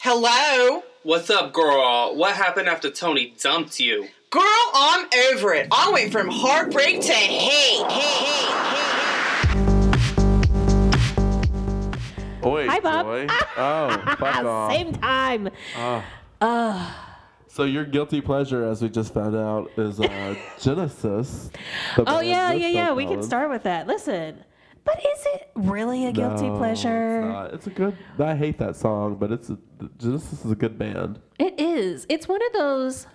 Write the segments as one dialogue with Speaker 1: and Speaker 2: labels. Speaker 1: hello?
Speaker 2: What's up, girl? What happened after Tony dumped you?
Speaker 1: Girl, I'm over it. I went from heartbreak to hate, hate, hate,
Speaker 3: Oi,
Speaker 4: Hi, Bob.
Speaker 3: boy. Oh, fuck off.
Speaker 4: Same time.
Speaker 3: Ah.
Speaker 4: Ugh.
Speaker 3: So your guilty pleasure, as we just found out, is uh, Genesis. the
Speaker 4: oh
Speaker 3: band
Speaker 4: yeah,
Speaker 3: with
Speaker 4: yeah,
Speaker 3: Phil
Speaker 4: yeah. We can
Speaker 3: Collins.
Speaker 4: start with that. Listen, but is it really a guilty
Speaker 3: No,
Speaker 4: pleasure?
Speaker 3: It's, not. It's a good. I hate that song, but it's a, Genesis is a good band.
Speaker 4: It is. It's one of those.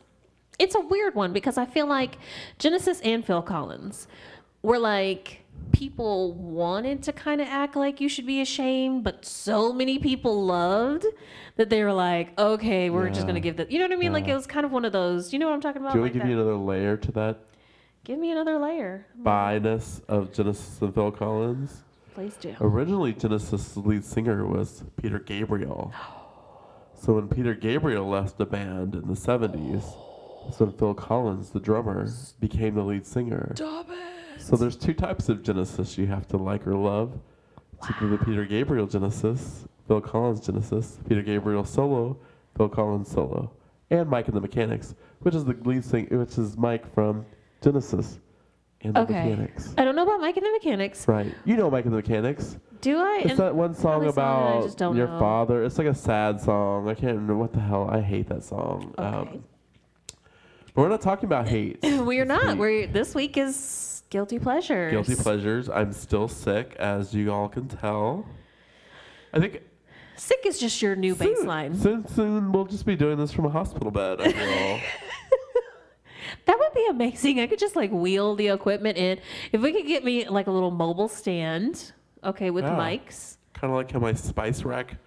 Speaker 4: It's a weird one because I feel like Genesis and Phil Collins were like people wanted to kind of act like you should be ashamed, but so many people loved that they were like, okay, we're just gonna
Speaker 3: Yeah.
Speaker 4: give the. You know what I mean? Like
Speaker 3: Yeah.
Speaker 4: it was kind of one of those. You know what I'm talking about?
Speaker 3: Do you
Speaker 4: Oh, Like
Speaker 3: want to give
Speaker 4: that. Mm-hmm.
Speaker 3: you another layer to that
Speaker 4: give me another layer.
Speaker 3: bi-ness of Genesis and Phil Collins?
Speaker 4: Please do.
Speaker 3: Originally, Genesis' lead singer was Peter Gabriel. So when Peter Gabriel left the band in the 70s, that's when Phil Collins, the drummer, became the lead singer. So there's two types of Genesis you have to like or love. It's either the Peter Gabriel Genesis, Phil Collins Genesis, Peter Gabriel solo, Phil Collins solo, and Mike and the Mechanics, which is the lead singer, which is Mike from Genesis and the
Speaker 4: Okay.
Speaker 3: Mechanics.
Speaker 4: I don't know about Mike and the Mechanics.
Speaker 3: Right. You know Mike and the Mechanics.
Speaker 4: Do I?
Speaker 3: It's
Speaker 4: And-
Speaker 3: that one song
Speaker 4: Probably song that I
Speaker 3: about
Speaker 4: just don't
Speaker 3: your
Speaker 4: know.
Speaker 3: father. It's like a sad song. I can't remember what the hell. I hate that song. Um,
Speaker 4: Okay.
Speaker 3: but we're not talking about hate.
Speaker 4: we are
Speaker 3: this
Speaker 4: not.
Speaker 3: week.
Speaker 4: We're this week is guilty pleasures.
Speaker 3: guilty pleasures. I'm still sick, as you all can tell. I think
Speaker 4: Sick is just your new
Speaker 3: soon-
Speaker 4: baseline.
Speaker 3: Soon, soon we'll just be doing this from a hospital bed. I feel.
Speaker 4: That would be amazing. I could just like wheel the equipment in. If we could get me like a little mobile stand, okay, with
Speaker 3: Yeah.
Speaker 4: mics.
Speaker 3: kind of like how my spice rack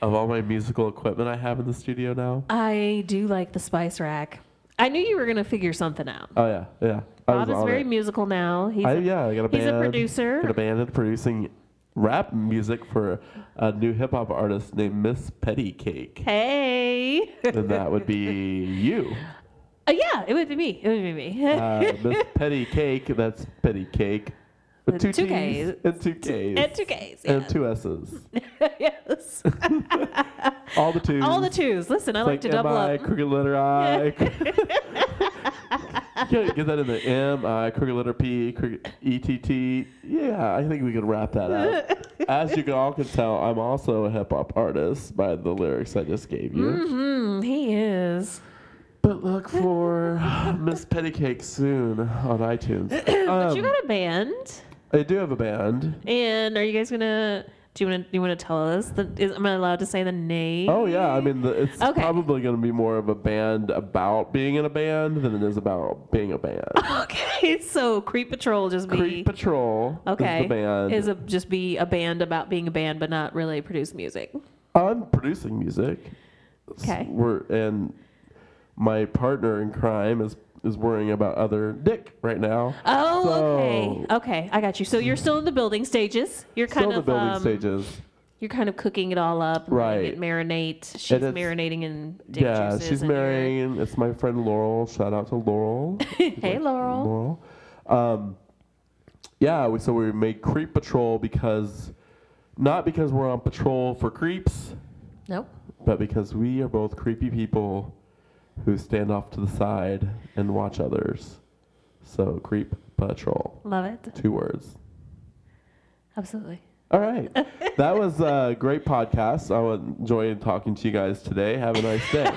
Speaker 3: of all my musical equipment I have in the studio now.
Speaker 4: I do like the spice rack. I knew you were gonna figure something out.
Speaker 3: Oh yeah, yeah. I
Speaker 4: Bob
Speaker 3: was
Speaker 4: is
Speaker 3: on
Speaker 4: very
Speaker 3: it.
Speaker 4: musical now. He's
Speaker 3: I,
Speaker 4: a-
Speaker 3: yeah, I got a
Speaker 4: he's
Speaker 3: band.
Speaker 4: a producer.
Speaker 3: Got a band and producing rap music for a new hip hop artist named Miss Petty Cake.
Speaker 4: Hey.
Speaker 3: and that would be you,
Speaker 4: Uh, yeah, it would be me. It would be me.
Speaker 3: uh, Miss Petty Cake. That's Petty Cake with
Speaker 4: With
Speaker 3: two,
Speaker 4: two
Speaker 3: T's
Speaker 4: Ks.
Speaker 3: and two Ks
Speaker 4: and two Ks.
Speaker 3: and
Speaker 4: yes.
Speaker 3: two S's.
Speaker 4: yes.
Speaker 3: All the twos.
Speaker 4: All the twos. Listen, I like, to double
Speaker 3: M-I,
Speaker 4: up.
Speaker 3: crooked letter I. Yeah, get that in the M I crooked letter P crooked E T T. Yeah, I think we could wrap that up. As you can all can tell, I'm also a hip hop artist by the lyrics I just gave you.
Speaker 4: Mm, he is.
Speaker 3: But look for Miss Pettycake soon on iTunes.
Speaker 4: But
Speaker 3: Um,
Speaker 4: you got a band.
Speaker 3: I do have a band.
Speaker 4: And are you guys gonna? Do you want to? You want to tell us? The, is, am I allowed to say the name?
Speaker 3: Oh yeah, I mean the, it's
Speaker 4: Okay.
Speaker 3: probably going to be more of a band about being in a band than it is about being a band.
Speaker 4: Okay, so Creep Patrol just be
Speaker 3: Creep Patrol
Speaker 4: okay
Speaker 3: is the band.
Speaker 4: is a, just be a band about being a band, but not really produce music.
Speaker 3: I'm producing music. S-
Speaker 4: Okay.
Speaker 3: We're and my partner in crime is is worrying about other dick right now.
Speaker 4: Oh,
Speaker 3: So-
Speaker 4: okay, okay, I got you. So you're still in the building stages. You're kind
Speaker 3: Still in the
Speaker 4: of
Speaker 3: building
Speaker 4: um,
Speaker 3: stages.
Speaker 4: You're kind of cooking it all up, and letting
Speaker 3: Right.
Speaker 4: It marinate. She's
Speaker 3: it's-
Speaker 4: marinating in dick
Speaker 3: Yeah,
Speaker 4: juices
Speaker 3: she's
Speaker 4: and you're-
Speaker 3: marrying. It's my friend Laurel. Shout out to Laurel.
Speaker 4: hey, Laurel.
Speaker 3: Laurel. Um, yeah, we, so we made Creep Patrol because, not because we're on patrol for creeps,
Speaker 4: Nope.
Speaker 3: but because we are both creepy people who stand off to the side and watch others. So Creep Patrol.
Speaker 4: Love it.
Speaker 3: Two words.
Speaker 4: Absolutely.
Speaker 3: All right. That was a great podcast. I enjoyed talking to you guys today. Have a nice day.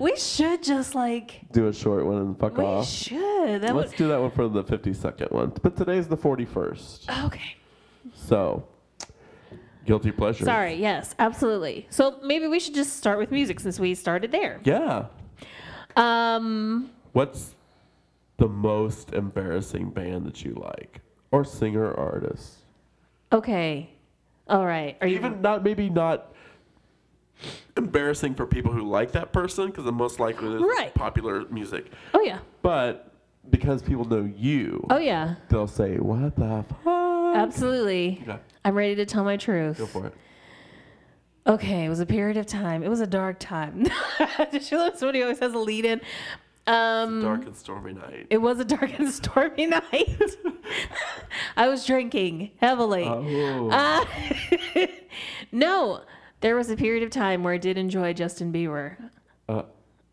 Speaker 4: We should just like
Speaker 3: do a short one and fuck
Speaker 4: we
Speaker 3: off.
Speaker 4: should. That
Speaker 3: Let's
Speaker 4: was
Speaker 3: do that one for the 52nd one. But today's the 41st.
Speaker 4: okay.
Speaker 3: So, guilty pleasure.
Speaker 4: Sorry, yes, absolutely. So maybe we should just start with music since we started there.
Speaker 3: Yeah.
Speaker 4: Um,
Speaker 3: What's the most embarrassing band that you like? Or singer or artist?
Speaker 4: okay. All right. Are you
Speaker 3: Even not, maybe not embarrassing for people who like that person because the most likely is
Speaker 4: Right.
Speaker 3: popular music.
Speaker 4: Oh yeah.
Speaker 3: But because people know you,
Speaker 4: Oh yeah.
Speaker 3: they'll say, What the fuck?
Speaker 4: Absolutely.
Speaker 3: Okay.
Speaker 4: I'm ready to tell my truth.
Speaker 3: Go for it.
Speaker 4: Okay, it was a period of time. It was a dark time. Just love somebody who always has a lead in. Um
Speaker 3: Dark and stormy night.
Speaker 4: It was a dark and stormy night. uh, I was drinking heavily.
Speaker 3: Oh.
Speaker 4: Uh, no, There was a period of time where I did enjoy Justin Bieber.
Speaker 3: Uh,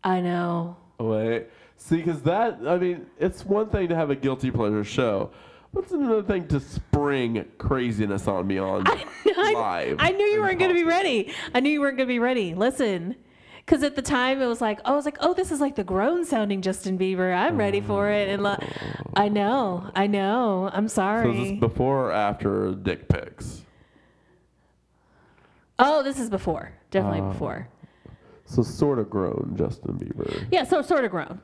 Speaker 4: I know.
Speaker 3: Oh, Wait. See, because that, I mean, it's one thing to have a guilty pleasure show, but it's another thing to spring craziness on me on
Speaker 4: I,
Speaker 3: live.
Speaker 4: I knew you
Speaker 3: and
Speaker 4: weren't going to be
Speaker 3: pop.
Speaker 4: ready. I knew you weren't going to be ready. Listen, because at the time it was like, oh, I was like, oh, this is like the grown sounding Justin Bieber. I'm ready for it. And like, I know, I know. I'm
Speaker 3: So is this
Speaker 4: sorry.
Speaker 3: before or after dick pics?
Speaker 4: oh, this is before. Definitely
Speaker 3: Uh.
Speaker 4: before.
Speaker 3: So sort of grown Justin Bieber.
Speaker 4: Yeah, so sort of grown,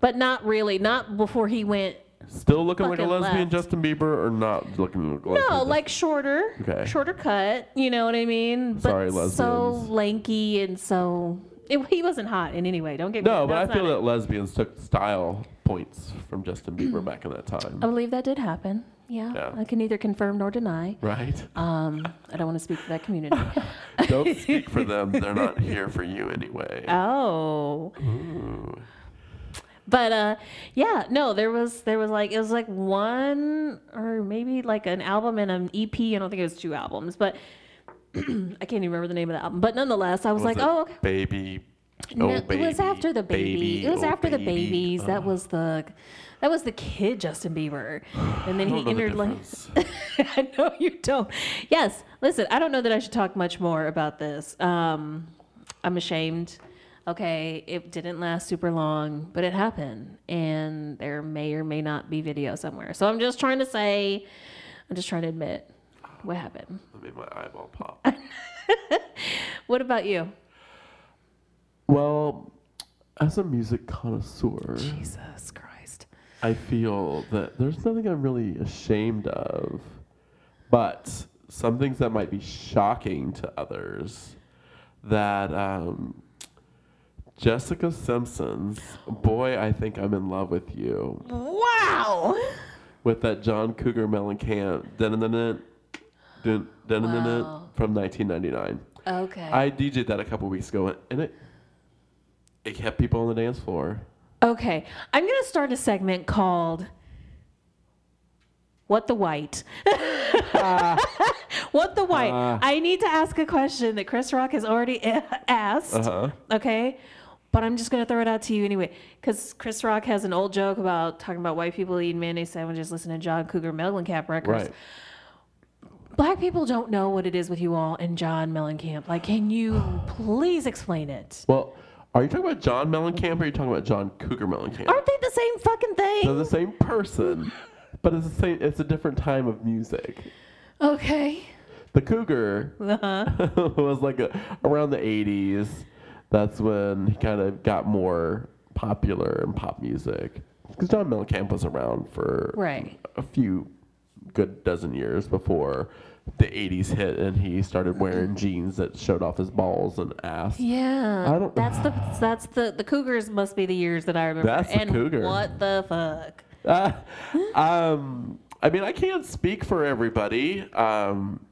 Speaker 4: but not really. Not before he went.
Speaker 3: Still looking like a
Speaker 4: Fucking
Speaker 3: lesbian
Speaker 4: left.
Speaker 3: Justin Bieber or not looking like a lesbian?
Speaker 4: No,
Speaker 3: Justin-
Speaker 4: like shorter,
Speaker 3: Okay.
Speaker 4: shorter cut. You know what I mean? But
Speaker 3: Sorry,
Speaker 4: so
Speaker 3: lesbians.
Speaker 4: lanky and so it, he wasn't hot in any way. Don't get me.
Speaker 3: No, but
Speaker 4: that's
Speaker 3: I feel
Speaker 4: not it.
Speaker 3: that lesbians took style points from Justin Bieber back in that time.
Speaker 4: I believe that did happen. Yeah,
Speaker 3: Yeah.
Speaker 4: I can neither confirm nor deny.
Speaker 3: Right?
Speaker 4: Um, I don't want to speak for that community.
Speaker 3: Don't speak for them. They're not here for you anyway.
Speaker 4: oh.
Speaker 3: Mm.
Speaker 4: But uh, yeah, no, there was there was like it was like one or maybe like an album and an EP. I don't think it was two albums, but I can't even remember the name of the album. But nonetheless, I was, like,
Speaker 3: it
Speaker 4: oh, okay.
Speaker 3: Baby.
Speaker 4: No,
Speaker 3: oh,
Speaker 4: it was
Speaker 3: baby,
Speaker 4: after the baby. it was
Speaker 3: oh,
Speaker 4: after the
Speaker 3: baby.
Speaker 4: babies.
Speaker 3: Uh,
Speaker 4: that was the that was the kid Justin Bieber, and then
Speaker 3: I don't know
Speaker 4: he
Speaker 3: the
Speaker 4: entered like.
Speaker 3: difference.
Speaker 4: I know you don't. Yes, listen, I don't know that I should talk much more about this. Um, I'm ashamed. Okay, it didn't last super long, but it happened, and there may or may not be video somewhere. So I'm just trying to say, I'm just trying to admit what happened.
Speaker 3: That made my eyeball pop.
Speaker 4: What about you?
Speaker 3: well, as a music connoisseur,
Speaker 4: Jesus Christ.
Speaker 3: I feel that there's nothing I'm really ashamed of, but some things that might be shocking to others that um, Jessica Simpson's Boy, I Think I'm in Love with You,
Speaker 4: Wow.
Speaker 3: with that John Cougar Mellencamp dun dun dun dun dun dun dun
Speaker 4: Wow.
Speaker 3: from 1999.
Speaker 4: Okay.
Speaker 3: I DJ'd that a couple weeks ago and it, it kept people on the dance floor.
Speaker 4: Okay, I'm gonna start a segment called "What the White." what the White?
Speaker 3: Ah.
Speaker 4: I need to ask a question that Chris Rock has already asked.
Speaker 3: Uh-huh.
Speaker 4: Okay, but I'm just gonna throw it out to you anyway, because Chris Rock has an old joke about talking about white people eating mayonnaise sandwiches, listening to John Cougar Mellencamp records.
Speaker 3: Right.
Speaker 4: Black people don't know what it is with you all and John Mellencamp. Like, can you please explain it?
Speaker 3: Well, are you talking about John Mellencamp or are you talking about John Cougar Mellencamp?
Speaker 4: Aren't they the same fucking thing?
Speaker 3: They're the same person, but it's the same. It's a different time of music.
Speaker 4: okay.
Speaker 3: The Cougar
Speaker 4: Uh-huh.
Speaker 3: was like a, around the '80s. That's when he kind of got more popular in pop music. Because John Mellencamp was around for
Speaker 4: Right.
Speaker 3: a few good dozen years before the '80s hit, and he started
Speaker 4: Mm-hmm.
Speaker 3: wearing jeans that showed off his balls and ass.
Speaker 4: Yeah,
Speaker 3: I don't-
Speaker 4: that's the that's the the Cougars must be the years that I remember.
Speaker 3: That's the
Speaker 4: and
Speaker 3: Cougar.
Speaker 4: What the fuck?
Speaker 3: Uh, um, I mean, I can't speak for everybody. Um,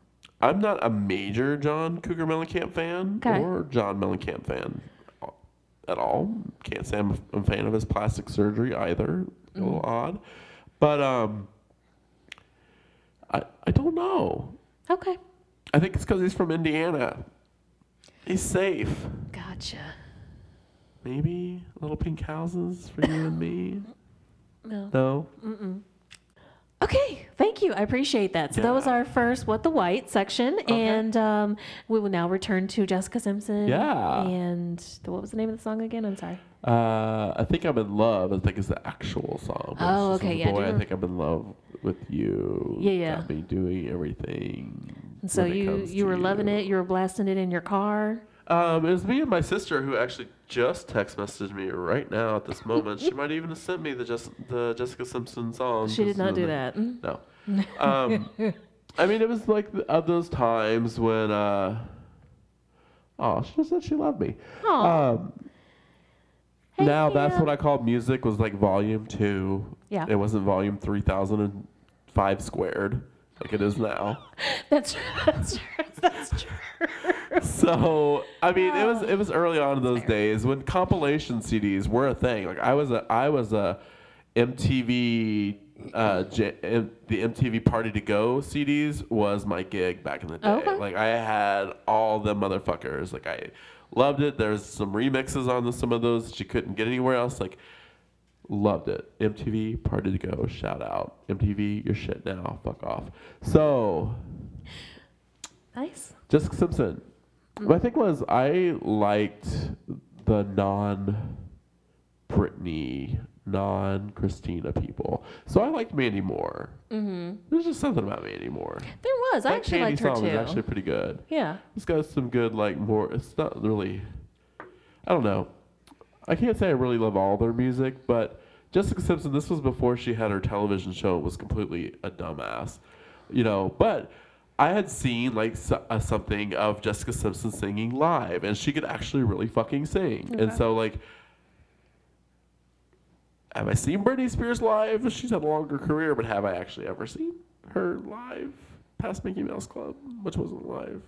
Speaker 3: I'm not a major John Cougar Mellencamp fan
Speaker 4: Okay.
Speaker 3: or John Mellencamp fan at all. Can't say I'm a fan of his plastic surgery either. A little odd, but um, I I don't know.
Speaker 4: Okay,
Speaker 3: I think it's because he's from Indiana. He's safe.
Speaker 4: gotcha.
Speaker 3: Maybe little pink houses for you and me.
Speaker 4: No.
Speaker 3: No.
Speaker 4: Okay, thank you. I appreciate that. So that was
Speaker 3: Yeah.
Speaker 4: our first "What the White" section, and um, we will now return to Jessica Simpson.
Speaker 3: Yeah.
Speaker 4: and the, what was the name of the song again? I'm sorry.
Speaker 3: Uh, I think I'm in love. I think is the actual song. It's
Speaker 4: Oh,
Speaker 3: just,
Speaker 4: okay, yeah, I do
Speaker 3: Boy, I
Speaker 4: remember-
Speaker 3: think I'm in love with you.
Speaker 4: Yeah, yeah.
Speaker 3: Got me doing everything.
Speaker 4: And so
Speaker 3: when it
Speaker 4: you
Speaker 3: comes
Speaker 4: you
Speaker 3: to
Speaker 4: were loving
Speaker 3: you.
Speaker 4: it. You were blasting it in your car.
Speaker 3: Um, it was me and my sister who actually just text messaged me right now at this moment. she might even have sent me the just the Jessica Simpson song.
Speaker 4: She did
Speaker 3: Just
Speaker 4: not do
Speaker 3: the-
Speaker 4: that. Mm.
Speaker 3: No. Um, I mean, it was like the, of those times when. Uh, oh, she just said she loved me.
Speaker 4: Aw.
Speaker 3: Um, now that's
Speaker 4: Pam.
Speaker 3: what I call music was like volume two.
Speaker 4: Yeah.
Speaker 3: It wasn't volume three thousand and five squared like it is now.
Speaker 4: That's that's true. That's true.
Speaker 3: so I mean it was it was early on in those days when compilation CDs were a thing. Like I was a I was a MTV uh, J- M- the MTV Party to Go CDs was my gig back in the day.
Speaker 4: Okay.
Speaker 3: Like I had all the motherfuckers. Like I loved it. There's some remixes on the, some of those that you couldn't get anywhere else. Like loved it. MTV Party to Go. Shout out MTV. Your shit now. Fuck off. So
Speaker 4: Nice.
Speaker 3: Jessica Simpson. My thing was I liked the non Britney, non Christina people. So I liked Mandy Moore. Mm-hmm. There's just something about Mandy Moore.
Speaker 4: There was. I
Speaker 3: that
Speaker 4: actually
Speaker 3: Candy
Speaker 4: liked her
Speaker 3: song was
Speaker 4: too.
Speaker 3: actually pretty good.
Speaker 4: yeah.
Speaker 3: It's got some good like more. It's not really. I don't know. I can't say I really love all their music, but Jessica Simpson. This was before she had her television show. and Was completely a dumbass, you know. But I had seen like so, uh, something of Jessica Simpson singing live, and she could actually really fucking sing. And so like. Have I seen Britney Spears live? She's had a longer career, but have I actually ever seen her live past Mickey Mouse Club, which wasn't live?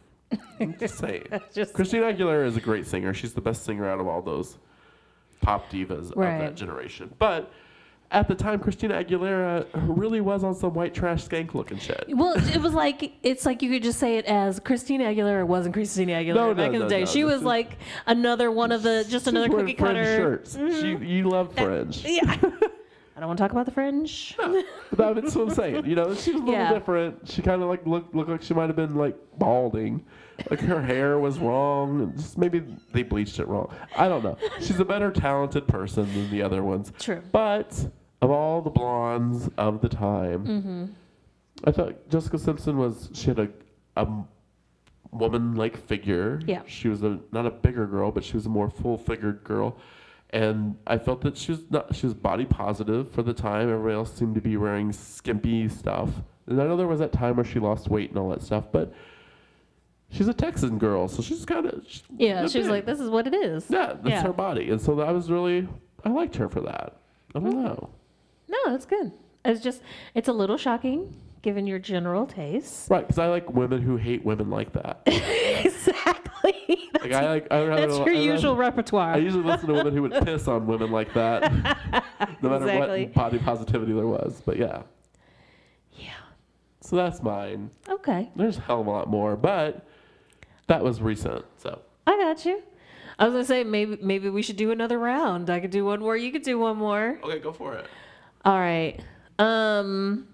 Speaker 3: I'm just saying.
Speaker 4: Just
Speaker 3: Christina Aguilera is a great singer. She's the best singer out of all those pop divas of
Speaker 4: Right.
Speaker 3: that generation. But at the time, Christina Aguilera really was on some white trash skank looking shit.
Speaker 4: well, it was like it's like you could just say it as Christina Aguilera wasn't Christina Aguilera
Speaker 3: No, no,
Speaker 4: back in
Speaker 3: no,
Speaker 4: the day.
Speaker 3: no,
Speaker 4: she
Speaker 3: this
Speaker 4: was
Speaker 3: is-
Speaker 4: like another one of the just another
Speaker 3: She's wearing
Speaker 4: cookie
Speaker 3: fringe
Speaker 4: cutter. Mm-hmm.
Speaker 3: Shirts. She, you love fringe.
Speaker 4: Yeah. I don't want to talk about the fringe.
Speaker 3: But that's what I'm saying. You know, she was a little
Speaker 4: Yeah.
Speaker 3: different. She kind of like looked looked like she might have been like balding, like her hair was wrong, and just maybe they bleached it wrong. I don't know. She's a better talented person than the other ones.
Speaker 4: True.
Speaker 3: But of all the blondes of the time,
Speaker 4: Mm-hmm.
Speaker 3: I thought Jessica Simpson was she had a a woman like figure.
Speaker 4: Yeah.
Speaker 3: She was a not a bigger girl, but she was a more full figured girl. And I felt that she was not she was body positive for the time. Everybody else seemed to be wearing skimpy stuff. And I know there was that time where she lost weight and all that stuff, but she's a Texan girl, so she's kind of
Speaker 4: Yeah, she was like, "This is what it is."
Speaker 3: yeah, that's
Speaker 4: Yeah.
Speaker 3: her body. And so that was really I liked her for that. I don't know.
Speaker 4: No, that's good. It's just it's a little shocking given your general taste.
Speaker 3: Right, because I like women who hate women like that.
Speaker 4: exactly. That's,
Speaker 3: Like I like I rather-
Speaker 4: that's your
Speaker 3: I rather-
Speaker 4: usual repertoire.
Speaker 3: I usually listen to women who would piss on women like that, no matter
Speaker 4: Exactly.
Speaker 3: what body positivity there was. But yeah,
Speaker 4: yeah.
Speaker 3: so that's mine.
Speaker 4: Okay.
Speaker 3: There's a hell of a lot more, but that was recent. So
Speaker 4: I got you. I was gonna say maybe maybe we should do another round. I could do one more. You could do one more.
Speaker 3: okay, go for it.
Speaker 4: All right. Um,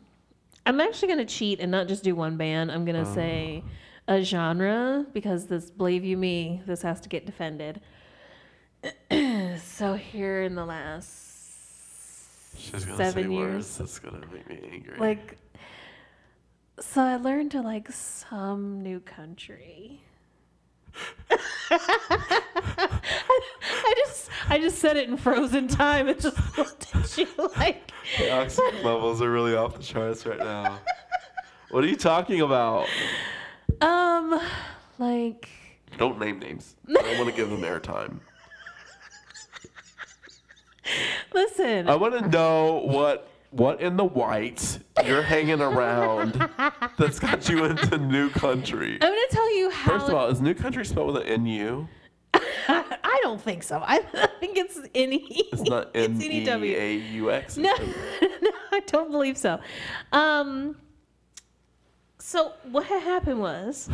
Speaker 4: I'm actually gonna cheat and not just do one band. I'm gonna say a genre because this, believe you me, this has to get defended. so here in the last
Speaker 3: She's
Speaker 4: gonna Seven say words. years.
Speaker 3: That's gonna make me angry.
Speaker 4: like so i learned to like some new country I just, I just said it in frozen time. It just looked at you like
Speaker 3: the oxygen levels are really off the charts right now. What are you talking about?
Speaker 4: Um, like
Speaker 3: Don't name names. I don't want to give them airtime.
Speaker 4: listen,
Speaker 3: I want to know what what in the white you're hanging around that's got you into new country.
Speaker 4: I'm gonna tell you how.
Speaker 3: First of all, is new country spelled with an N-U?
Speaker 4: I don't think so. I, I think it's any.
Speaker 3: It's not E
Speaker 4: It's E N-E-W.
Speaker 3: N-E-A-U-X.
Speaker 4: No, no, I don't believe so. Um, so what had happened was,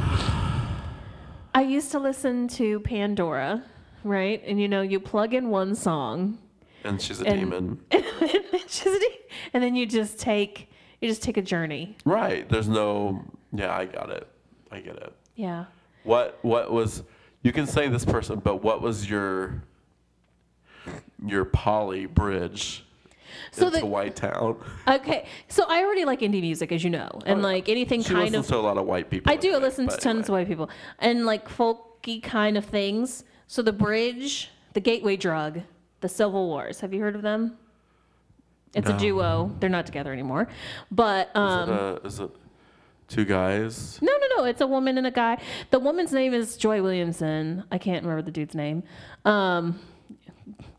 Speaker 4: I used to listen to Pandora, right? And you know, you plug in one song,
Speaker 3: And she's a
Speaker 4: And-
Speaker 3: demon.
Speaker 4: and then, just, and then you just take you just take a journey.
Speaker 3: Right. There's no. Yeah, I got it. I get it.
Speaker 4: Yeah.
Speaker 3: What what was you can say this person, but what was your your poly bridge
Speaker 4: So
Speaker 3: into
Speaker 4: the-
Speaker 3: White Town?
Speaker 4: Okay. So I already like indie music, as you know,
Speaker 3: Oh,
Speaker 4: and
Speaker 3: yeah.
Speaker 4: like anything
Speaker 3: She
Speaker 4: kind
Speaker 3: listens
Speaker 4: of.
Speaker 3: to a lot of white people.
Speaker 4: I do
Speaker 3: anyway,
Speaker 4: listen to
Speaker 3: but
Speaker 4: tons of
Speaker 3: anyway.
Speaker 4: white people and like folky kind of things. So the bridge, the gateway drug, the Civil Wars. Have you heard of them? It's
Speaker 3: No.
Speaker 4: a duo. They're not together anymore, but um,
Speaker 3: Uh, is it two guys?
Speaker 4: no, no, no. It's a woman and a guy. The woman's name is Joy Williamson. I can't remember the dude's name. Um,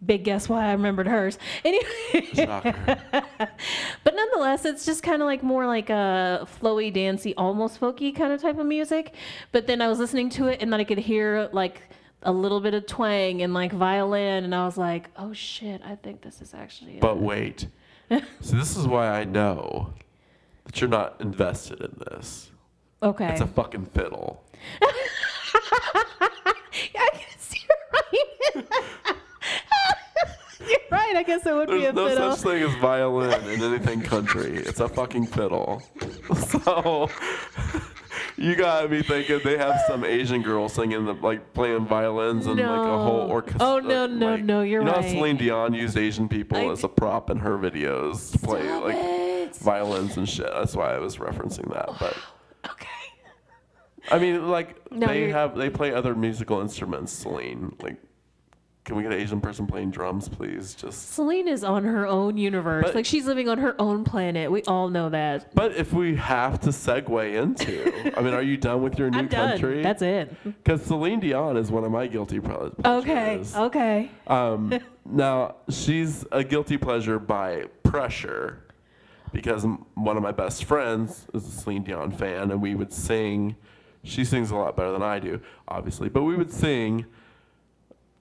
Speaker 4: big guess why I remembered hers. Anyway.
Speaker 3: Shocker.
Speaker 4: But nonetheless, it's just kind of like more like a flowy, dancey, almost folky kind of type of music. But then I was listening to it, and then I could hear like a little bit of twang and like violin, and I was like, "Oh shit! I think this is actually."
Speaker 3: but wait, So this is why I know that you're not invested in this.
Speaker 4: Okay.
Speaker 3: It's a fucking fiddle.
Speaker 4: Yeah, I guess you're right. you're right. I guess it would be a
Speaker 3: There's no
Speaker 4: fiddle.
Speaker 3: such thing as violin in anything country. It's a fucking fiddle. So you gotta be thinking they have some Asian girl singing the, like playing violins and like a whole
Speaker 4: No.
Speaker 3: orchestra.
Speaker 4: Oh, no, no,
Speaker 3: like-
Speaker 4: no, you're
Speaker 3: you know how
Speaker 4: right.
Speaker 3: Celine Dion used Asian people
Speaker 4: I-
Speaker 3: as a prop in her videos to play
Speaker 4: Stop
Speaker 3: like
Speaker 4: it.
Speaker 3: violins and shit. That's why I was referencing that. But
Speaker 4: Okay.
Speaker 3: I mean, like
Speaker 4: No,
Speaker 3: they
Speaker 4: you're-
Speaker 3: have they play other musical instruments. Celine, like, can we get an Asian person playing drums, please? Just
Speaker 4: Celine is on her own universe.
Speaker 3: But-
Speaker 4: like she's living on her own planet. We all know that.
Speaker 3: But if we have to segue into, I mean, are you done with your new
Speaker 4: I'm done.
Speaker 3: country?
Speaker 4: That's it.
Speaker 3: Because Celine Dion is one of my guilty ple-
Speaker 4: Okay. Oh.
Speaker 3: pleasures.
Speaker 4: Okay.
Speaker 3: Um, now she's a guilty pleasure by pressure, because m- one of my best friends is a Celine Dion fan, and we would sing. She sings a lot better than I do, obviously, but we would sing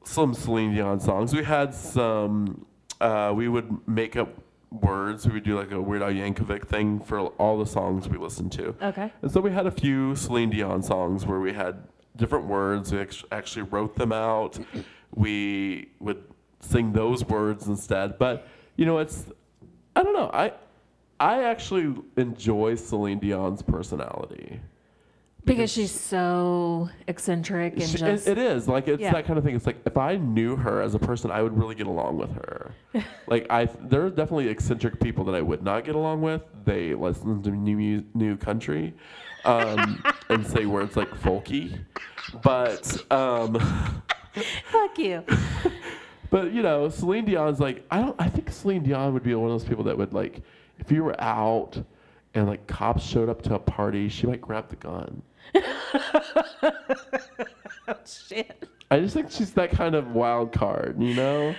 Speaker 3: some Celine Dion songs. We had some. Uh, we would make up words. We would do like a Weird Al Yankovic thing for all the songs we listened to.
Speaker 4: Okay.
Speaker 3: And so we had a few Celine Dion songs where we had different words. We act- actually wrote them out. We would sing those words instead. But you know, it's I don't know. I I actually enjoy Celine Dion's personality.
Speaker 4: Because she's so eccentric and
Speaker 3: She- it-
Speaker 4: just
Speaker 3: it is like it's
Speaker 4: Yeah.
Speaker 3: that kind of thing. It's like if I knew her as a person, I would really get along with her. like I, there are definitely eccentric people that I would not get along with. They listen to new mu- new country, um, and say words like folky, but um,
Speaker 4: fuck you.
Speaker 3: but you know Celine Dion's like I don't. I think Celine Dion would be one of those people that would like if you were out and like cops showed up to a party, she might grab the gun.
Speaker 4: Shit.
Speaker 3: I just think she's that kind of wild card, you know.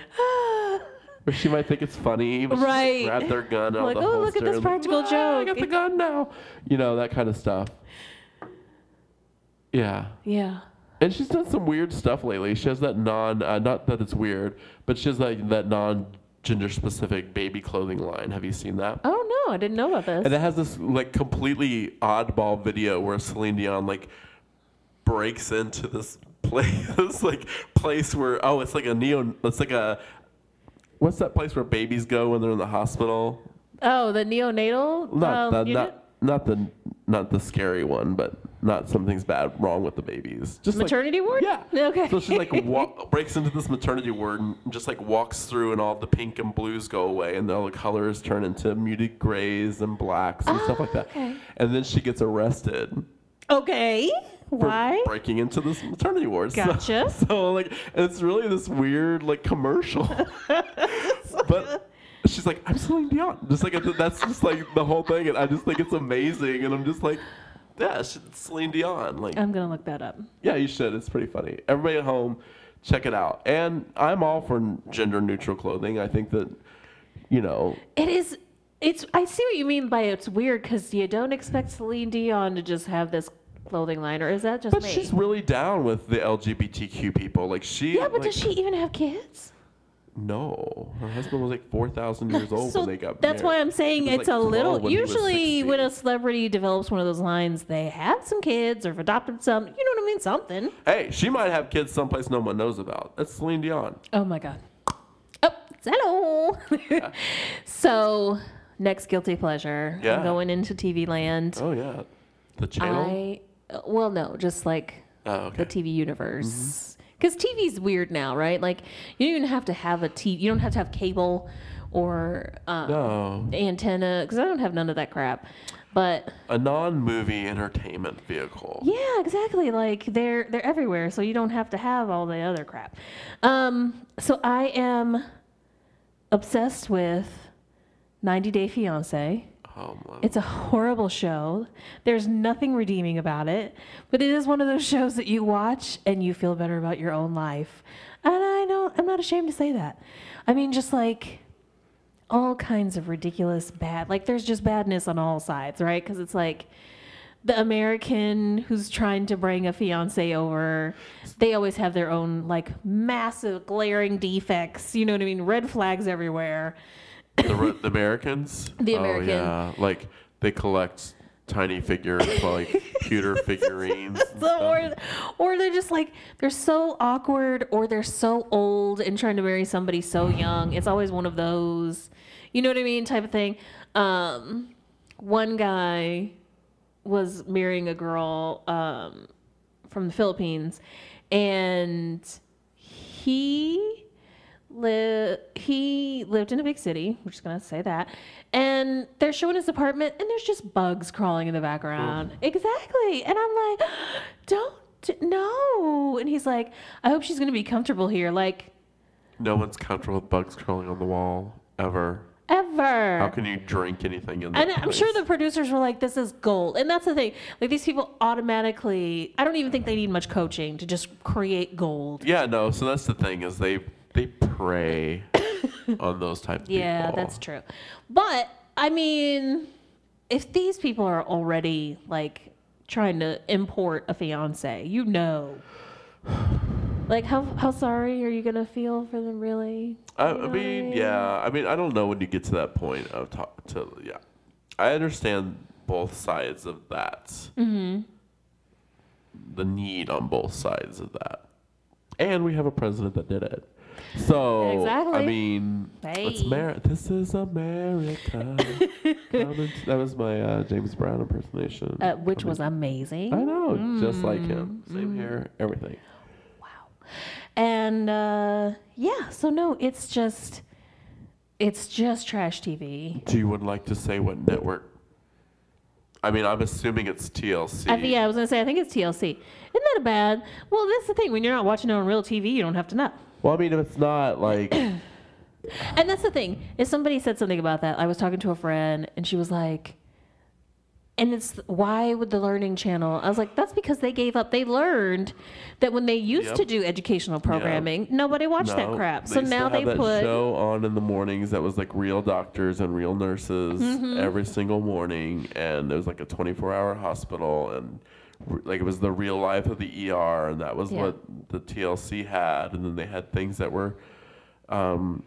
Speaker 3: Where she might think it's funny, but she just
Speaker 4: Right.
Speaker 3: grab their gun out
Speaker 4: Like,
Speaker 3: of the
Speaker 4: "Oh, look at
Speaker 3: holster
Speaker 4: this
Speaker 3: and,
Speaker 4: practical
Speaker 3: "Ah, I got
Speaker 4: joke."
Speaker 3: the gun now. You know that kind of stuff. Yeah,
Speaker 4: yeah.
Speaker 3: and she's done some weird stuff lately. She has that non, uh, not that it's weird, but she has that that non gender specific baby clothing line. Have you seen that?
Speaker 4: Oh no, I didn't know about this.
Speaker 3: And it has this like completely oddball video where Celine Dion like breaks into this place, this like place where oh, it's like a neo, it's like a what's that place where babies go when they're in the hospital?
Speaker 4: oh, the neonatal.
Speaker 3: Not
Speaker 4: um,
Speaker 3: the,
Speaker 4: unit?
Speaker 3: not not the not the scary one, but not something's bad wrong with the babies. Just like-
Speaker 4: maternity ward.
Speaker 3: yeah.
Speaker 4: Okay.
Speaker 3: So she like wa- breaks into this maternity ward and just like walks through, and all the pink and blues go away, and all the colors turn into muted grays and blacks and stuff like that.
Speaker 4: Ah, okay.
Speaker 3: And then she gets arrested
Speaker 4: okay.
Speaker 3: for
Speaker 4: Why?
Speaker 3: breaking into this maternity ward. So-
Speaker 4: Gotcha.
Speaker 3: So, like, and it's really this weird like commercial, but. She's like, I'm Celine Dion. Just like that's just like the whole thing, and I just think it's amazing. And I'm just like, yeah, she's Celine Dion. Like,
Speaker 4: I'm gonna look that up.
Speaker 3: yeah, you should. It's pretty funny. Everybody at home, check it out. And I'm all for gender neutral clothing. I think that, you know,
Speaker 4: It is. It's. I see what you mean by it's weird because you don't expect Celine Dion to just have this clothing line, or is that just
Speaker 3: but
Speaker 4: me?
Speaker 3: she's really down with the LGBTQ people. Like she,
Speaker 4: yeah, but
Speaker 3: like,
Speaker 4: does she even have kids?
Speaker 3: No, her husband was like four thousand years old
Speaker 4: so
Speaker 3: when they got
Speaker 4: that's why I'm saying
Speaker 3: He was,
Speaker 4: it's
Speaker 3: like,
Speaker 4: a
Speaker 3: 12
Speaker 4: little.
Speaker 3: when he was
Speaker 4: usually, when a
Speaker 3: 16.
Speaker 4: celebrity develops one of those lines, they have some kids or have adopted some. You know what I mean? Something.
Speaker 3: Hey, she might have kids someplace no one knows about. That's Celine Dion.
Speaker 4: Oh my god. Oh, hello. so, next guilty pleasure.
Speaker 3: Yeah.
Speaker 4: I'm going into TV land.
Speaker 3: Oh yeah, the channel.
Speaker 4: I uh, well, no, just like
Speaker 3: oh okay. Mm-hmm.
Speaker 4: the TV universe. Because TV's weird now, right? Like you don't even have to have a TV. You don't have to have cable or uh,
Speaker 3: no,
Speaker 4: antenna. Because I don't have none of that crap. But
Speaker 3: a non-movie entertainment vehicle.
Speaker 4: yeah, exactly. Like they're they're everywhere, so you don't have to have all the other crap. Um, so I am obsessed with 90 Day Fiance.
Speaker 3: Oh my.
Speaker 4: It's a horrible show. There's nothing redeeming about it, but it is one of those shows that you watch and you feel better about your own life. And I don't I'm not ashamed to say that. I mean just like all kinds of ridiculous bad. Like there's just badness on all sides, right? Cuz it's like the American who's trying to bring a fiance over, they always have their own like massive glaring defects, you know what I mean? Red flags everywhere.
Speaker 3: The, Ru- the Americans?
Speaker 4: The
Speaker 3: Oh,
Speaker 4: American.
Speaker 3: yeah. Like, they collect tiny figures, like pewter figurines. and
Speaker 4: So,
Speaker 3: stuff.
Speaker 4: or, or they're just like they're so awkward or they're so old and trying to marry somebody so young it's always one of those you know what i mean type of thing um one guy was marrying a girl um from the philippines and he li- he lived in a big city. We're just gonna say that. And they're showing his apartment, and there's just bugs crawling in the background. Exactly. And I'm like, don't d- no. And he's like, I hope she's gonna be comfortable here, like
Speaker 3: No one's comfortable with bugs crawling on the wall ever.
Speaker 4: ever.
Speaker 3: How can you drink anything in that
Speaker 4: and I'm
Speaker 3: place?
Speaker 4: sure the producers were like, "This is gold," and that's the thing. Like these people automatically—I don't even think they need much coaching to just create gold.
Speaker 3: Yeah, no. So that's the thing is they they prey on those types of
Speaker 4: Yeah,
Speaker 3: people.
Speaker 4: that's true. But I mean, if these people are already like trying to import a fiance, you know, like how how sorry are you gonna feel for them? Really?
Speaker 3: I, I mean, yeah. I mean, I don't know when you get to that point of talk to yeah. I understand both sides of that. Mm-hmm. The need on both sides of that, and we have a president that did it. So I
Speaker 4: Exactly.
Speaker 3: mean, it's
Speaker 4: Hey.
Speaker 3: Mar- This is America. Coming- that was my uh, James Brown impersonation.
Speaker 4: Uh, which Mm-hmm. was
Speaker 3: Coming-
Speaker 4: amazing.
Speaker 3: I know, just like him. Same hair, everything.
Speaker 4: And uh, yeah, so no, it's just it's just trash TV.
Speaker 3: Do you would like to say what network? I mean, I'm assuming it's TLC.
Speaker 4: I think, yeah, I was gonna say I think it's TLC. Isn't that bad? Well, that's the thing. When you're not watching it on real TV, you don't have to know.
Speaker 3: Well, I mean, if it's not like,
Speaker 4: And that's the thing. If somebody said something about that, I was talking to a friend and she was like, and it's why would the learning channel? I was like, that's because they gave up. They learned that when they used
Speaker 3: Yep.
Speaker 4: to do educational programming, nobody
Speaker 3: no,
Speaker 4: watched that crap. So
Speaker 3: used to
Speaker 4: now
Speaker 3: have
Speaker 4: they
Speaker 3: that
Speaker 4: put
Speaker 3: show on in the mornings that was like real doctors and real nurses
Speaker 4: Mm-hmm.
Speaker 3: every single morning, and there was like a 24-hour hospital, and r- like it was the real life of the ER, and that was
Speaker 4: Yeah.
Speaker 3: what the TLC had, and then they had things that were. Um,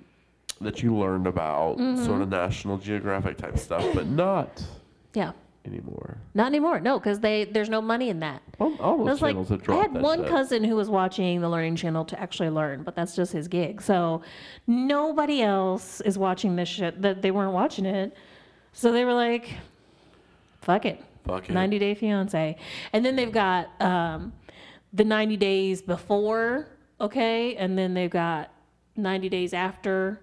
Speaker 3: that you learned about
Speaker 4: Mm-hmm.
Speaker 3: sort of National Geographic type stuff, but not
Speaker 4: yeah,
Speaker 3: anymore.
Speaker 4: not anymore. No, because they there's no money in that.
Speaker 3: All, all
Speaker 4: I
Speaker 3: those
Speaker 4: was like,
Speaker 3: channels have
Speaker 4: I
Speaker 3: dropped
Speaker 4: had
Speaker 3: that
Speaker 4: one
Speaker 3: shit.
Speaker 4: cousin who was watching the Learning Channel to actually learn, but that's just his gig. So nobody else is watching this shit. That they weren't watching it, so they were like, "Fuck it,
Speaker 3: Fuck it.
Speaker 4: 90 Day Fiance," and then they've got um, the 90 days before, okay, and then they've got 90 days after.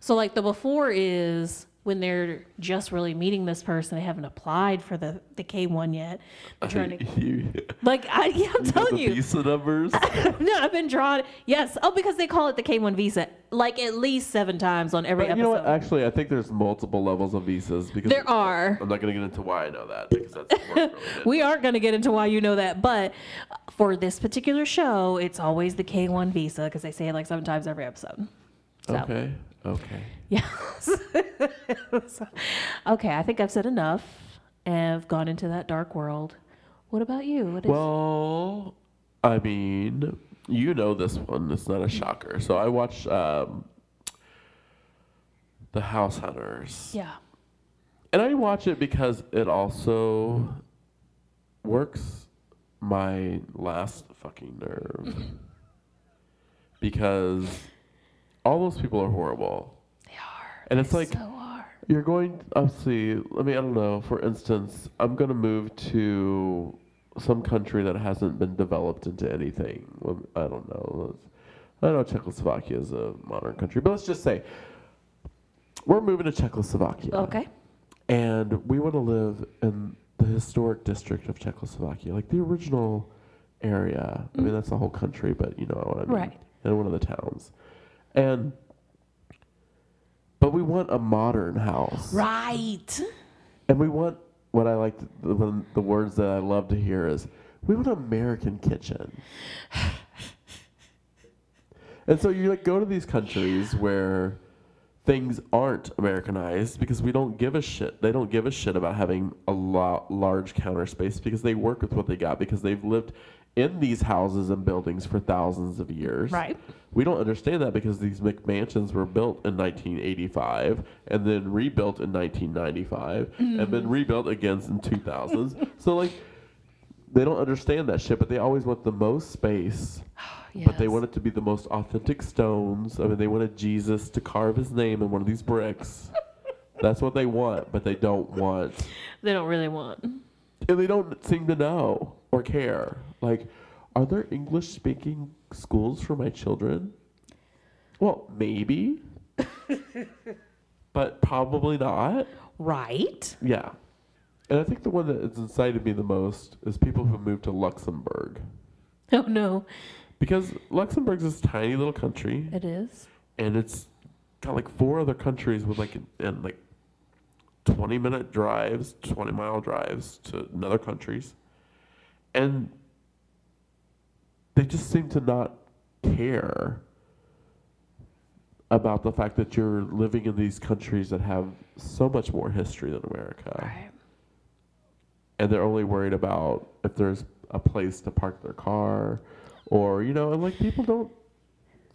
Speaker 4: So like the before is when they're just really meeting this person, they haven't applied for the the K one yet.
Speaker 3: Uh,
Speaker 4: They're trying to
Speaker 3: you,
Speaker 4: like I, yeah, I'm telling
Speaker 3: the
Speaker 4: you,
Speaker 3: visa numbers.
Speaker 4: no, I've been drawn. Yes. Oh, because they call it the K1 visa like at least seven times on every
Speaker 3: But
Speaker 4: episode.
Speaker 3: you know what? Actually, I think there's multiple levels of visas because
Speaker 4: There are.
Speaker 3: I'm not gonna get into why I know that because that's work related.
Speaker 4: we aren't going to get into why you know that, but for this particular show, it's always the K1 visa because they say it like seven times every episode. So,
Speaker 3: okay. Okay.
Speaker 4: Yes. So, okay, I think I've said enough and I've gone into that dark world. What about you? What is,
Speaker 3: Well, I mean, you know this one. It's not a shocker. So I watched um, the House Hunters.
Speaker 4: yeah.
Speaker 3: And I watch it because it also works my last fucking nerve. because all those people are horrible.
Speaker 4: They are.
Speaker 3: And it's
Speaker 4: They
Speaker 3: like- uh,
Speaker 4: so are.
Speaker 3: You're going, obviously, let me, I don't know, for instance, I'm going to move to some country that hasn't been developed into anything. Well, I don't know. I know Czechoslovakia is a modern country, but let's just say we're moving to Czechoslovakia
Speaker 4: Okay.
Speaker 3: and we want to live in the historic district of Czechoslovakia, like the original area. I mean, that's the whole country, but you know what I mean.
Speaker 4: Mm. Right.
Speaker 3: In one of the towns, and but we want a modern house,
Speaker 4: Right.
Speaker 3: and we want what I like. To, the, one- the words that I love to hear is we want an American kitchen. And so you like go to these countries where things aren't Americanized because we don't give a shit. They don't give a shit about having a lot, large counter space because they work with what they got because they've lived in these houses and buildings for thousands of years.
Speaker 4: Right.
Speaker 3: We don't understand that because these McMansions were built in 1985 and then rebuilt in 1995 and then rebuilt again in 2000s. so like they don't understand that shit, but they always want the most space. But they
Speaker 4: Yes.
Speaker 3: want it to be the most authentic stones. I mean, they wanted Jesus to carve his name in one of these bricks. That's what they want, but they don't want.
Speaker 4: They don't really want.
Speaker 3: And they don't seem to know or care. Like, are there English speaking schools for my children? Well, maybe. but probably not.
Speaker 4: Right?
Speaker 3: Yeah. And I think the one that has incited me the most is people who moved to Luxembourg.
Speaker 4: Oh no,
Speaker 3: Because Luxembourg's this tiny little country,
Speaker 4: it is.
Speaker 3: and it's got like four other countries with like an, and like twenty minute drives, twenty mile drives to another countries, and they just seem to not care about the fact that you're living in these countries that have so much more history than America,
Speaker 4: Right.
Speaker 3: and they're only worried about if there's a place to park their car, or you know, and like people don't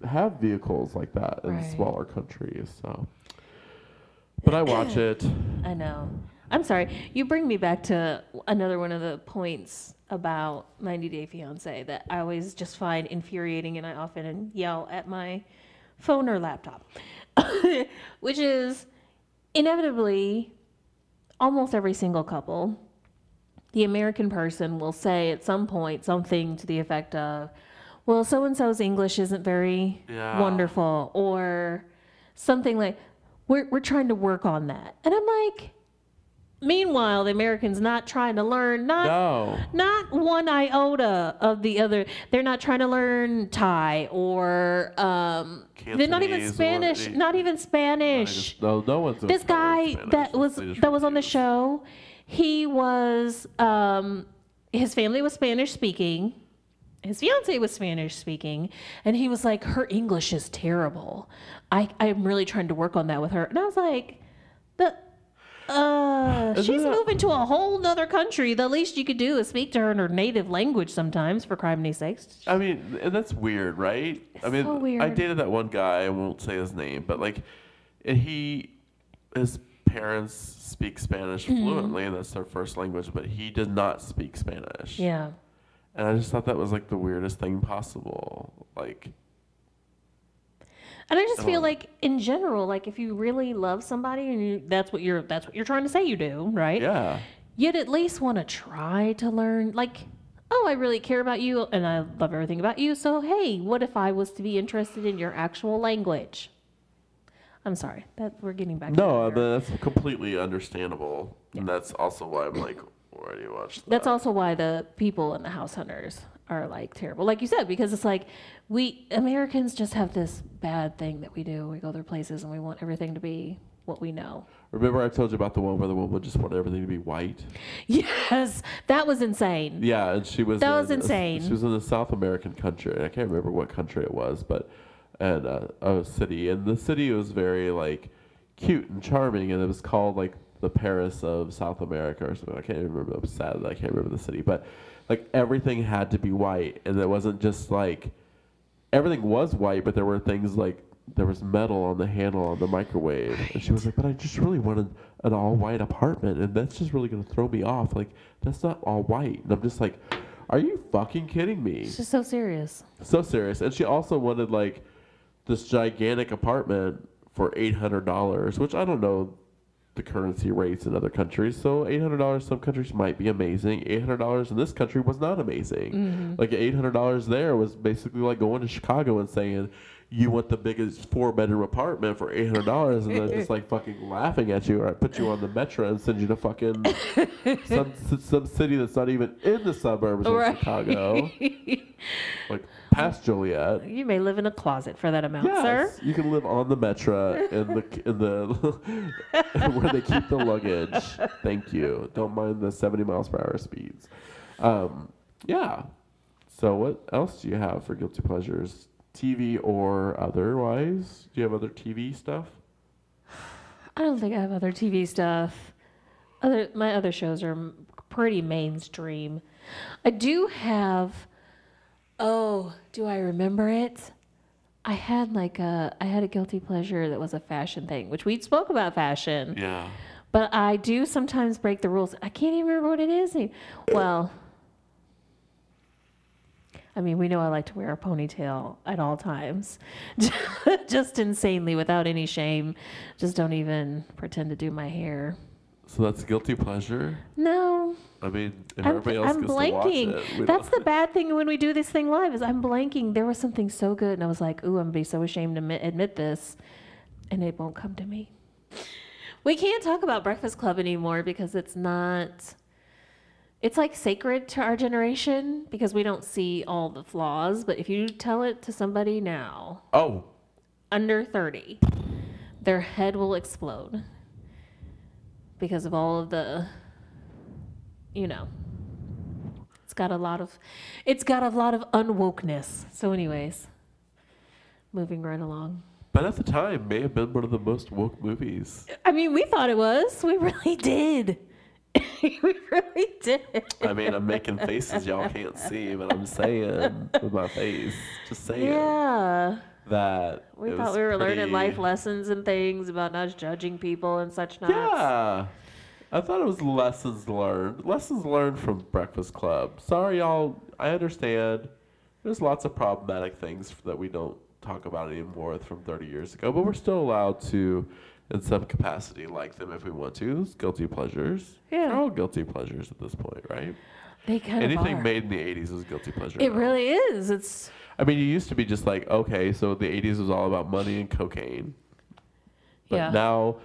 Speaker 3: have vehicles like that in
Speaker 4: Right.
Speaker 3: smaller countries, so. But I watch it.
Speaker 4: I know. I'm sorry. You bring me back to another one of the points about 90 Day Fiance that I always just find infuriating and I often yell at my phone or laptop, which is inevitably almost every single couple, the American person will say at some point something to the effect of, well, so and so's English isn't very
Speaker 3: Yeah.
Speaker 4: wonderful, or something like, we're, we're trying to work on that. And I'm like, meanwhile, the American's not trying to learn, not
Speaker 3: No.
Speaker 4: not one iota of the other. They're not trying to learn Thai or um, they're not even
Speaker 3: Cantonese or
Speaker 4: Spanish.
Speaker 3: the-
Speaker 4: Not even
Speaker 3: I
Speaker 4: Spanish.
Speaker 3: just- no, no one's.
Speaker 4: this guy that was that was on the show, he was um, his family was Spanish speaking. His fiance was Spanish speaking, and he was like, "Her English is terrible. I I'm really trying to work on that with her." And I was like, "The." Uh,
Speaker 3: Isn't
Speaker 4: she's
Speaker 3: that-
Speaker 4: moving to a whole nother country. The least you could do is speak to her in her native language sometimes, for criminy sakes.
Speaker 3: I mean, and that's weird, right? I mean,
Speaker 4: so
Speaker 3: I
Speaker 4: weird.
Speaker 3: dated that one guy. I won't say his name, but like, and he, his parents speak Spanish
Speaker 4: Mm-hmm.
Speaker 3: fluently, and that's their first language. But he did not speak Spanish.
Speaker 4: Yeah.
Speaker 3: And I just thought that was like the weirdest thing possible. Like,
Speaker 4: And I just
Speaker 3: Oh.
Speaker 4: feel like in general, like if you really love somebody and you, that's what you're that's what you're trying to say you do, right?
Speaker 3: yeah,
Speaker 4: You'd at least want to try to learn like oh, I really care about you and I love everything about you. So, hey, what if I was to be interested in your actual language? I'm sorry. That we're getting back
Speaker 3: no, I
Speaker 4: to that.
Speaker 3: mean, that's completely understandable, and that's also why I'm like, why do you watch that?
Speaker 4: That's also why the people in the house hunters are like terrible. Like you said because it's like we Americans just have this bad thing that we do. We go other places and we want everything to be what we know.
Speaker 3: Remember, I told you about the one where the woman just wanted everything to be white.
Speaker 4: Yes, that was insane.
Speaker 3: Yeah, and she was.
Speaker 4: That was
Speaker 3: in-
Speaker 4: insane.
Speaker 3: She was in a South American country. and I can't remember what country it was, but and uh, a city, and the city was very like cute and charming, and it was called like the Paris of South America or something. I can't even remember. I'm sad that I can't remember the city, but like everything had to be white, and it wasn't just like everything was white, but there were things like. There was metal on the handle on the microwave, and she was like, "But I just really wanted an all-white apartment, and that's just really gonna throw me off. Like, that's not all white." And I'm just like, "Are you fucking kidding me?"
Speaker 4: It's just so serious.
Speaker 3: So serious. And she also wanted like this gigantic apartment for eight hundred dollars, which I don't know the currency rates in other countries. So eight hundred dollars some countries might be amazing. Eight hundred dollars in this country was not amazing. Like eight hundred dollars there was basically like going to Chicago and saying you want the biggest four bedroom apartment for eight hundred dollars and then just like fucking laughing at you or I put you on the metro and send you to fucking some some city that's not even in the suburbs
Speaker 4: Oh, Right.
Speaker 3: of Chicago like past Joliet.
Speaker 4: You may live in a closet for that amount,
Speaker 3: Yes,
Speaker 4: sir.
Speaker 3: you can live on the Metra in the in the where they keep the luggage. Thank you. Don't mind the seventy miles per hour speeds. Um, yeah. So what else do you have for guilty pleasures, TV or otherwise? Do you have other TV stuff?
Speaker 4: I don't think I have other TV stuff. Other my other shows are m- pretty mainstream. I do have. Oh, do I remember it? I had like a I had a guilty pleasure that was a fashion thing, which we spoke about fashion.
Speaker 3: Yeah.
Speaker 4: But I do sometimes break the rules. I can't even remember what it is. any- Well, I mean, we know I like to wear a ponytail at all times, just insanely without any shame. Just don't even pretend to do my hair.
Speaker 3: So that's guilty pleasure.
Speaker 4: No,
Speaker 3: I mean, if
Speaker 4: I'm,
Speaker 3: everybody else
Speaker 4: I'm
Speaker 3: gets to watch it,
Speaker 4: blanking.
Speaker 3: we
Speaker 4: That's the
Speaker 3: don't-
Speaker 4: bad thing when we do this thing live is I'm blanking. There was something so good, and I was like, "Ooh, I'm gonna be so ashamed to admit, admit this," and it won't come to me. We can't talk about Breakfast Club anymore because it's not. It's like sacred to our generation because we don't see all the flaws. But if you tell it to somebody now,
Speaker 3: oh,
Speaker 4: under 30, their head will explode because of all of the, you know, it's got a lot of, it's got a lot of unwokeness. So, anyways, moving right along.
Speaker 3: but at the time, may have been one of the most woke movies.
Speaker 4: I mean, we thought it was. We really did. we really did.
Speaker 3: I mean, I'm making faces y'all can't see, but I'm saying with my face, just saying
Speaker 4: Yeah.
Speaker 3: that
Speaker 4: We
Speaker 3: it
Speaker 4: thought
Speaker 3: was
Speaker 4: we were learning
Speaker 3: pretty-
Speaker 4: life lessons and things about not judging people and such not.
Speaker 3: Yeah. I thought it was lessons learned. Lessons learned from Breakfast Club. Sorry, y'all. I understand. There's lots of problematic things that we don't talk about anymore from 30 years ago, but we're still allowed to, in some capacity, like them if we want to. Those guilty pleasures.
Speaker 4: Yeah.
Speaker 3: They're all guilty pleasures at this point, right?
Speaker 4: They kind of
Speaker 3: Anything
Speaker 4: are.
Speaker 3: made in the 80s was guilty pleasure.
Speaker 4: It
Speaker 3: now.
Speaker 4: really is. It's
Speaker 3: I mean, you used to be just like, okay, so the 80s was all about money and cocaine. But
Speaker 4: yeah.
Speaker 3: now,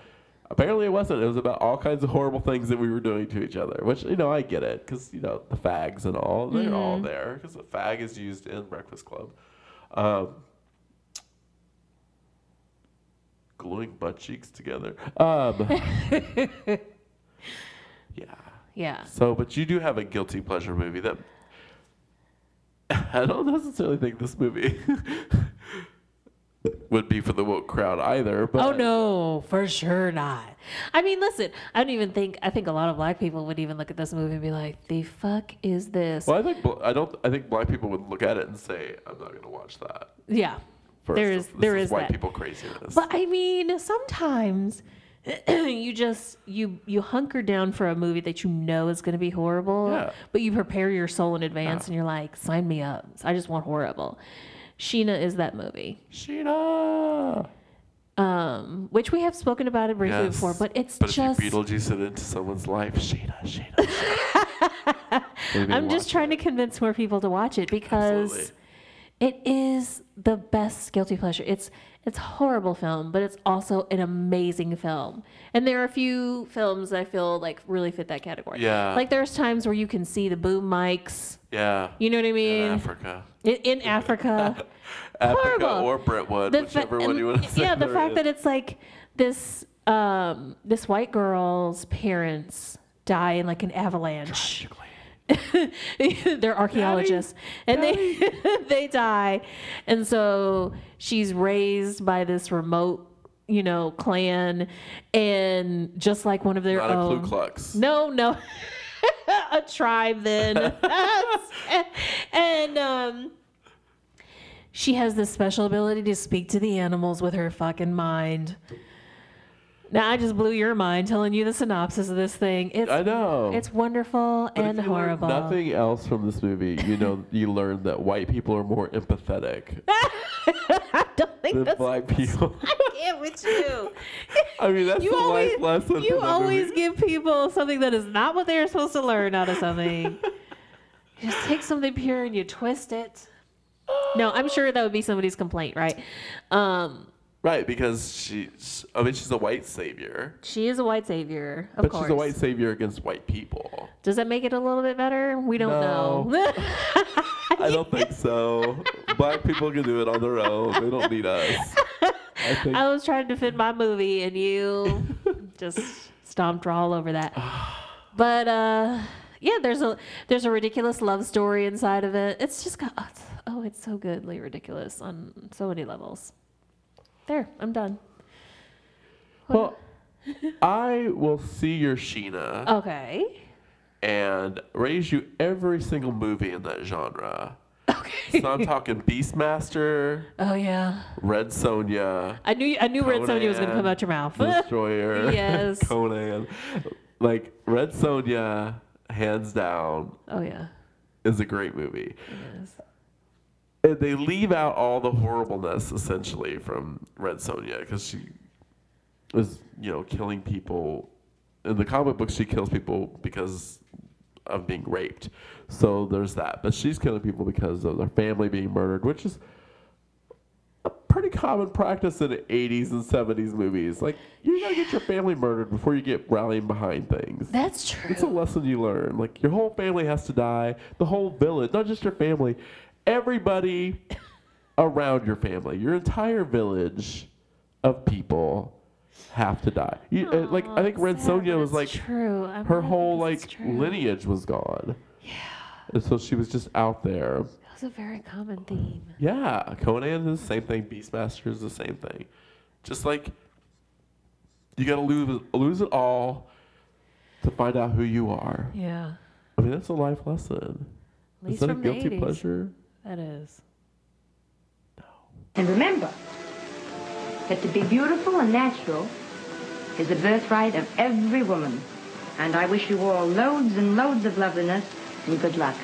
Speaker 3: apparently it wasn't. It was about all kinds of horrible things that we were doing to each other, which, you know, I get it because, you know, the fags and all, they're all there because the fag is used in Breakfast Club. Um, gluing butt cheeks together. Um, yeah.
Speaker 4: yeah.
Speaker 3: So, but you do have a guilty pleasure movie that. I don't necessarily think this movie would be for the woke crowd either. But
Speaker 4: Oh no, for sure not. I mean, listen, I don't even think I think a lot of black people would even look at this movie and be like, "The fuck is this?"
Speaker 3: Well, I think bl- I don't. I think black people would look at it and say, "I'm not going to watch that."
Speaker 4: Yeah.
Speaker 3: First
Speaker 4: There
Speaker 3: of-
Speaker 4: is
Speaker 3: this
Speaker 4: there
Speaker 3: is
Speaker 4: is
Speaker 3: white
Speaker 4: that.
Speaker 3: people craziness.
Speaker 4: But I mean, sometimes you just you you hunker down for a movie that you know is going to be horrible,
Speaker 3: Yeah.
Speaker 4: but you prepare your soul in advance and you're like, "Sign me up. I just want horrible." Sheena is that movie,
Speaker 3: Sheena.
Speaker 4: um, which we have spoken about it briefly
Speaker 3: Yes.
Speaker 4: before, but it's
Speaker 3: But
Speaker 4: just
Speaker 3: if you Beetlejuice it into someone's life, Sheena, Sheena. Sheena. Maybe
Speaker 4: I'm just
Speaker 3: watch
Speaker 4: trying
Speaker 3: it.
Speaker 4: to convince more people to watch it because
Speaker 3: Absolutely.
Speaker 4: it is the best guilty pleasure. It's it's a horrible film, but it's also an amazing film. And there are a few films that I feel like really fit that category.
Speaker 3: Yeah.
Speaker 4: Like there's times where you can see the boom mics.
Speaker 3: Yeah.
Speaker 4: You know what I mean?
Speaker 3: in Africa.
Speaker 4: In, in Africa.
Speaker 3: Africa
Speaker 4: Horrible.
Speaker 3: or Brentwood,
Speaker 4: The fa-
Speaker 3: whichever one
Speaker 4: and-
Speaker 3: you want to say.
Speaker 4: yeah, the
Speaker 3: they're
Speaker 4: fact
Speaker 3: in.
Speaker 4: that it's like this um, this white girl's parents die in like an avalanche. they're archaeologists and they they die and so she's raised by this remote you know clan and just like one of their
Speaker 3: not
Speaker 4: own
Speaker 3: a Ku Klux.
Speaker 4: Oh. no no a tribe then and um she has this special ability to speak to the animals with her fucking mind now i just blew your mind telling you the synopsis of this thing it's
Speaker 3: I know.
Speaker 4: it's wonderful
Speaker 3: But if
Speaker 4: and
Speaker 3: you learn
Speaker 4: horrible.
Speaker 3: Nothing else from this movie, you know, you learn that white people are more empathetic
Speaker 4: I don't think
Speaker 3: than
Speaker 4: that's
Speaker 3: black people.
Speaker 4: it with you.
Speaker 3: I mean, that's
Speaker 4: You
Speaker 3: the
Speaker 4: always,
Speaker 3: life lesson.
Speaker 4: you
Speaker 3: from that
Speaker 4: always
Speaker 3: movie.
Speaker 4: give people something that is not what they are supposed to learn out of something. You just take something pure and you twist it. No, I'm sure that would be somebody's complaint, right? Um,
Speaker 3: Right, because she's, I mean, she's a white savior.
Speaker 4: she is a white savior, of
Speaker 3: But
Speaker 4: course.
Speaker 3: she's a white savior against white people.
Speaker 4: Does that make it a little bit better? We don't
Speaker 3: No.
Speaker 4: know.
Speaker 3: I don't think so. Black people can do it on their own. They don't need us. I think
Speaker 4: I was trying to defend my movie, and you just stomped all over that. But uh, yeah, there's a there's a ridiculous love story inside of it. It's just got oh, it's, oh, it's so goodly ridiculous on so many levels. There, I'm done.
Speaker 3: Well, I will see your Sheena
Speaker 4: Okay.
Speaker 3: and raise you every single movie in that genre.
Speaker 4: Okay.
Speaker 3: So I'm talking Beastmaster,
Speaker 4: Oh yeah.
Speaker 3: Red Sonja,
Speaker 4: I knew I knew Red Sonja was gonna
Speaker 3: Conan,
Speaker 4: come out your mouth.
Speaker 3: Destroyer,
Speaker 4: Yes.
Speaker 3: Conan. Like Red Sonja, hands down,
Speaker 4: oh yeah.
Speaker 3: is a great movie.
Speaker 4: Yes.
Speaker 3: And they leave out all the horribleness essentially from Red Sonja because she is, you know, killing people. In the comic books, she kills people because of being raped. So there's that. But she's killing people because of their family being murdered, which is a pretty common practice in 80s and 70s movies. Like, you gotta get your family murdered before you get rallying behind things.
Speaker 4: That's
Speaker 3: It's a
Speaker 4: true.
Speaker 3: lesson you learn. Like your whole family has to die. The whole village, not just your family, everybody around your family, your entire village of people have to die. You, uh, like I think Red Sonja was like
Speaker 4: true. I'm
Speaker 3: her
Speaker 4: glad
Speaker 3: whole
Speaker 4: this is
Speaker 3: like
Speaker 4: true.
Speaker 3: lineage was gone. Yeah. And so she was just out there.
Speaker 4: That was a very common theme.
Speaker 3: Yeah, Conan is the same thing. Beastmaster is the same thing. Just like you gotta lose lose it all to find out who you are.
Speaker 4: Yeah.
Speaker 3: I mean, that's a life lesson.
Speaker 4: At least
Speaker 3: is that a
Speaker 4: from the
Speaker 3: guilty
Speaker 4: 80s.
Speaker 3: pleasure?
Speaker 4: That is.
Speaker 5: And remember that to be beautiful and natural is the birthright of every woman. And I wish you all loads and loads of loveliness and good luck.